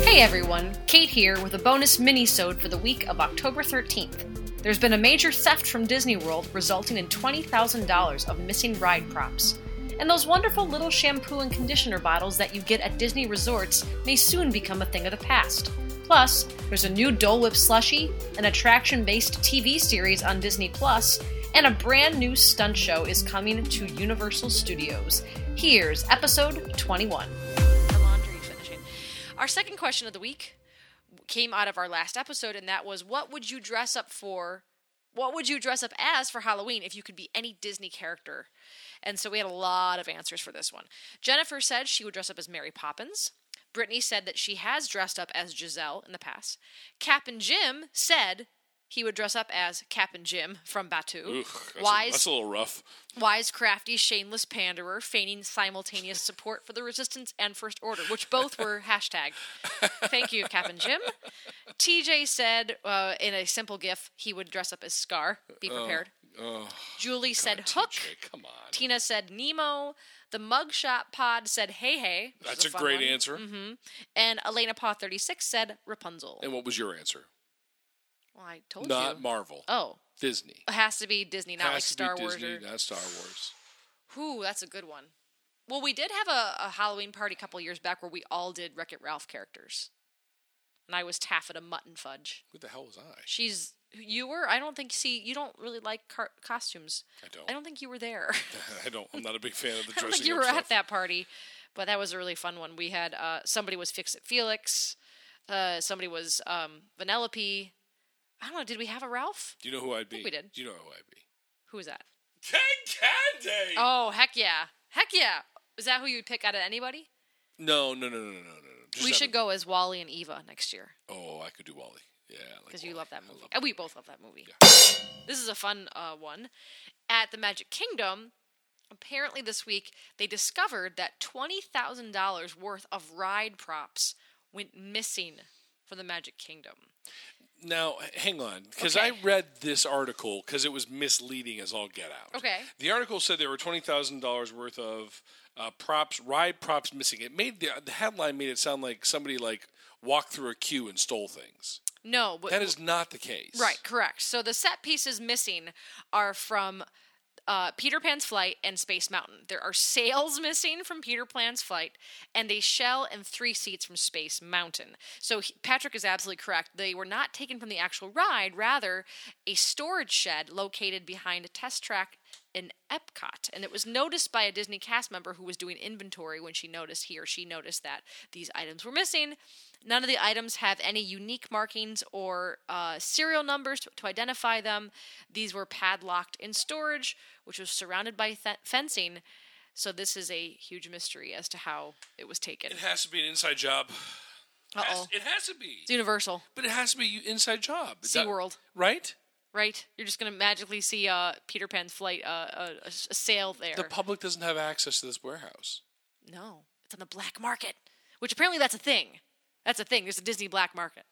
Hey everyone, Kate here with a bonus mini-sode for the week of October 13th. There's been a major theft from Disney World resulting in $20,000 of missing ride props. And those wonderful little shampoo and conditioner bottles that you get at Disney resorts may soon become a thing of the past. Plus, there's a new Dole Whip slushie, an attraction-based TV series on Disney Plus, and a brand new stunt show is coming to Universal Studios. Here's episode 21. the laundry finishing. Our second question of the week came out of our last episode, and that was what would you dress up for? What would you dress up as for Halloween if you could be any Disney character? And so we had a lot of answers for this one. Jennifer said she would dress up as Mary Poppins. Brittany said that she has dressed up as Giselle in the past. Captain Jim said he would dress up as Captain Jim from Batu. Oof, that's, A, Wise that's a little rough. wise, crafty, shameless panderer, feigning simultaneous support for the resistance and first order, which both were hashtagged. Thank you, Captain Jim. TJ said uh, in a simple GIF he would dress up as Scar. Be Oh, prepared. Julie said Hook. Jay, come on. Tina said Nemo. The Mugshot Pod said Hey Hey. which That's is a, fun great one. Mm-hmm. answer. And Elena Paw thirty six said Rapunzel. And what was your answer? well, I told Not you. Marvel. oh, Disney. it has to be Disney, not Has like to be Star Wars Disney, or not Star Wars. Ooh, that's a good one. Well, we did have a, a Halloween party a couple years back where we all did Wreck It Ralph characters. And I was taffeta mutton fudge. Who the hell was I? She's. You were? I don't think. See, you don't really like car- costumes. I don't. I don't think you were there. I don't. I'm not a big fan of the I dressing don't think you up were stuff. at that party, but that was a really fun one. We had uh, somebody was Fix It Felix, uh, somebody was um, Vanellope. I don't know. Did we have a Ralph? Do you know who I'd be? we did. Do you know who I'd be? Who was that? Ken Candy. Oh, heck yeah, heck yeah! Is that who you'd pick out of anybody? No, no, no, no, no, no, no. Just we have should a- go as Wally and Eva next year Oh, I could do Wally. Yeah, I like because you Wall-E. love that I movie. love and we both love that movie. This is a fun uh, one. At the Magic Kingdom, apparently this week they discovered that twenty thousand dollars worth of ride props went missing from the Magic Kingdom. Now, h- hang on, because Okay. I read this article because it was misleading as all get out. Okay. The article said there were twenty thousand dollars worth of uh, props, ride props missing. It made the, the headline made it sound like somebody like walked through a queue and stole things. No, but That is not the case. right, correct. So the set pieces missing are from. Uh, Peter Pan's Flight and Space Mountain. There are sails missing from Peter Pan's Flight and a shell and three seats from Space Mountain. So he, Patrick is absolutely correct. They were not taken from the actual ride, rather, a storage shed located behind a test track in Epcot. And it was noticed by a Disney cast member who was doing inventory when she noticed he or she noticed that these items were missing. None of the items have any unique markings or uh, serial numbers to, to identify them. These were padlocked in storage, which was surrounded by th- fencing. So this is a huge mystery as to how it was taken. It has to be an inside job. Uh Has- oh. It has to be. It's universal. But it has to be inside job. It do- SeaWorld, Right? right? You're just going to magically see uh, Peter Pan's flight, uh, a, a, a sale there. The public doesn't have access to this warehouse. no, it's on the black market, which apparently that's a thing. That's a thing. There's a Disney black market.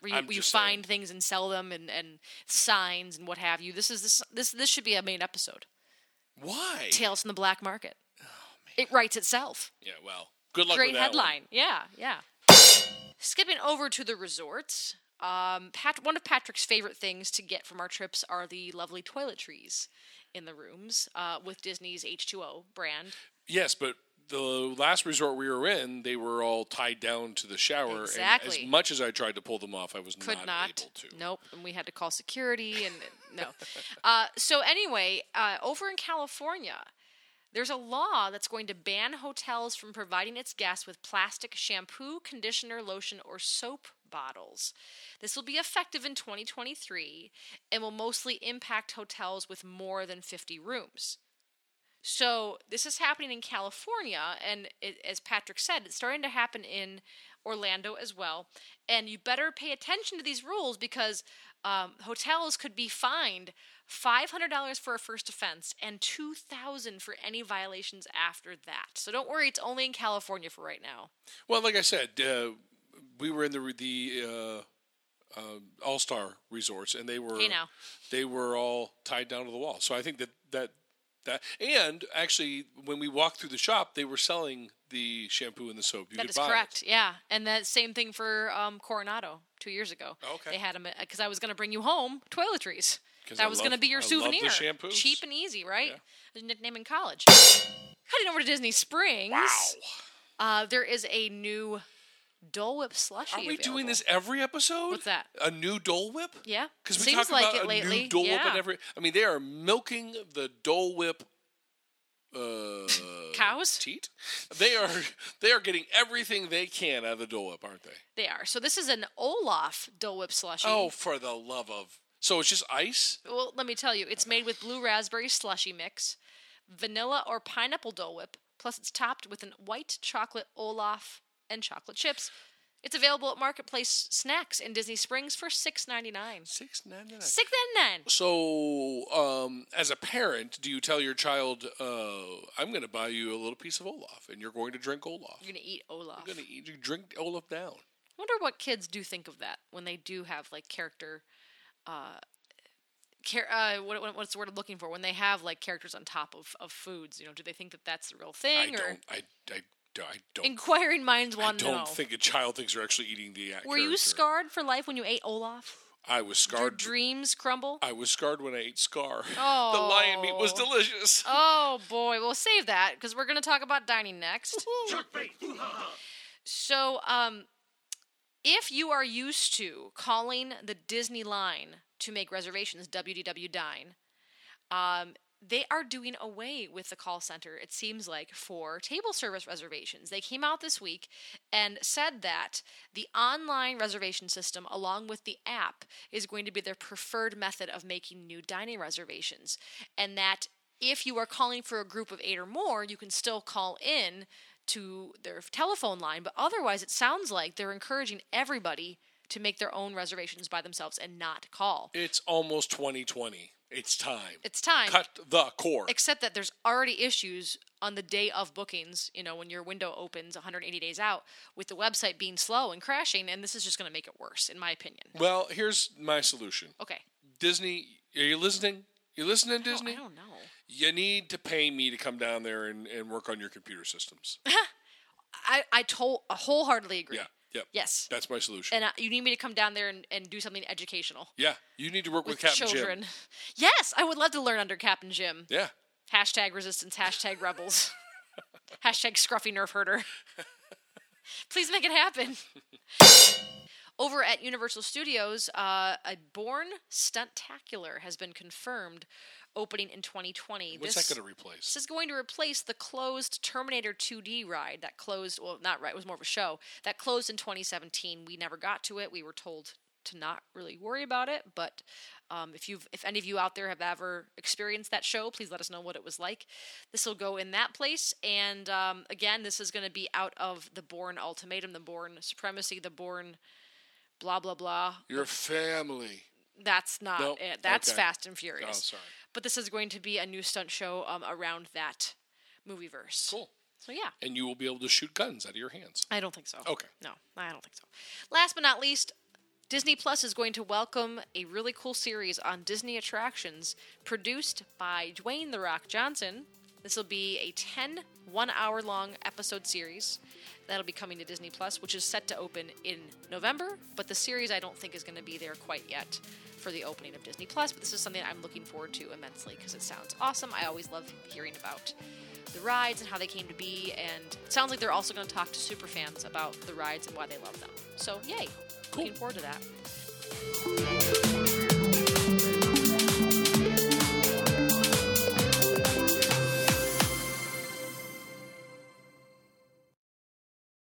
Where you, I'm where you just saying. find things and sell them and, and signs and what have you. This is this this this should be a main episode. Why? Tales from the black market. It writes itself. yeah. Well, good luck. Great with Oh, that one. headline. Yeah, yeah. Skipping over to the resorts, um, Pat- one of Patrick's favorite things to get from our trips are the lovely toiletries in the rooms uh, with Disney's H2O brand. Yes, but the last resort we were in, they were all tied down to the shower. And Exactly. as much as I tried to pull them off, I was Could not, not. able to. Nope. And we had to call security and no. Uh, so, anyway, uh, over in California, there's a law that's going to ban hotels from providing its guests with plastic shampoo, conditioner, lotion, or soap bottles. This will be effective in 2023 and will mostly impact hotels with more than 50 rooms. So, this is happening in California, and it, as Patrick said, it's starting to happen in Orlando as well. And you better pay attention to these rules because um, hotels could be fined $500 for a first offense and $2,000 for any violations after that. So, don't worry, it's only in California for right now. Well, like I said, uh, we were in the the uh, uh, All Star resorts, and they were Hey, now. they were all tied down to the wall. So I think that that That and actually, when we walked through the shop, they were selling the shampoo and the soap. You That could is buy it. correct. Yeah, and that same thing for um, Coronado two years ago. Oh, Okay. they had them because I was going to bring you home toiletries. 'Cause That I was love- going to be I your love the souvenir. shampoos. Cheap and easy, right? Yeah. The nickname in college. Heading over to Disney Springs. Uh, there is a new Dole Whip slushie. Are we doing available. this every episode? What's that? A new Dole Whip? Yeah. Because we Seems talk like about it a lately. new Dole Whip Yeah. and every. I mean, they are milking the Dole Whip. Uh, Cows? Teat? They are they are getting everything they can out of the Dole Whip, aren't they? They are. So this is an Olaf Dole Whip slushie. Oh, for the love of! So it's just ice. Well, let me tell you, it's made with blue raspberry slushy mix, vanilla or pineapple Dole Whip, plus it's topped with a white chocolate Olaf and chocolate chips. It's available at Marketplace Snacks in Disney Springs for six ninety nine. Six ninety nine. Six ninety nine. So, um, as a parent, do you tell your child, uh, "I'm going to buy you a little piece of Olaf, and you're going to drink Olaf. You're gonna eat Olaf. You're going to eat, you drink Olaf down." Wonder what kids do think of that when they do have like character. Uh, Char- uh, what, what- what's the word I'm looking for? When they have like characters on top of, of foods, you know, do they think that that's the real I thing? or don't. I. I. I don't. inquiring minds I want to don't know. think a child thinks you're actually eating the. Uh, Were you character. scarred for life when you ate Olaf? I was Your scarred. Uh, dreams crumble? I was scarred when I ate Scar. the lion meat was Oh. delicious. Oh boy, we'll save that because we're going to talk about dining next. so, um, if you are used to calling the Disney line to make reservations, WDW Dine, um, they are doing away with the call center, it seems like, for table service reservations. They came out this week and said that the online reservation system, along with the app, is going to be their preferred method of making new dining reservations. And that if you are calling for a group of eight or more, you can still call in to their telephone line. But otherwise, it sounds like they're encouraging everybody to make their own reservations by themselves and not call. It's almost 2020. It's time. It's time. Cut the cord. except that there's already issues on the day of bookings you know when your window opens 180 days out with the website being slow and crashing and this is just going to make it worse in my opinion well, here's my solution. okay Disney, are you listening? You listening, Disney? i don't know You need to pay me to come down there and, and work on your computer systems. i i told wholeheartedly agree Yeah. Yep. yes That's my solution. and uh, you need me to come down there and, and do something educational yeah. You need to work with, Captain children Jim. yes i would love to learn under captain jim Yeah. hashtag resistance hashtag rebels hashtag scruffy nerf herder please make it happen over at universal studios uh, a born stuntacular has been confirmed opening in 2020 What's this, that going to replace? this is going to replace the closed terminator 2d ride that closed well not right it was more of a show that closed in 2017 we never got to it we were told to not really worry about it but um, if you've if any of you out there have ever experienced that show please let us know what it was like this will go in that place and um, again this is going to be out of the born ultimatum the born supremacy the born blah blah blah Your family. that's not Nope. it that's Okay. fast and Oh, furious sorry. but this is going to be a new stunt show um, around that movie verse Cool. so yeah And you will be able to shoot guns out of your hands. I don't think so. Okay. No, I don't think so. Last but not least, Disney Plus is going to welcome a really cool series on Disney attractions produced by Dwayne The Rock Johnson. This will be a 10 one hour long episode series that'll be coming to Disney Plus, which is set to open in November. But the series I don't think is going to be there quite yet for the opening of Disney Plus. But this is something I'm looking forward to immensely because it sounds awesome. I always love hearing about the rides and how they came to be. And it sounds like they're also going to talk to super fans about the rides and why they love them. So, yay! Looking forward to that.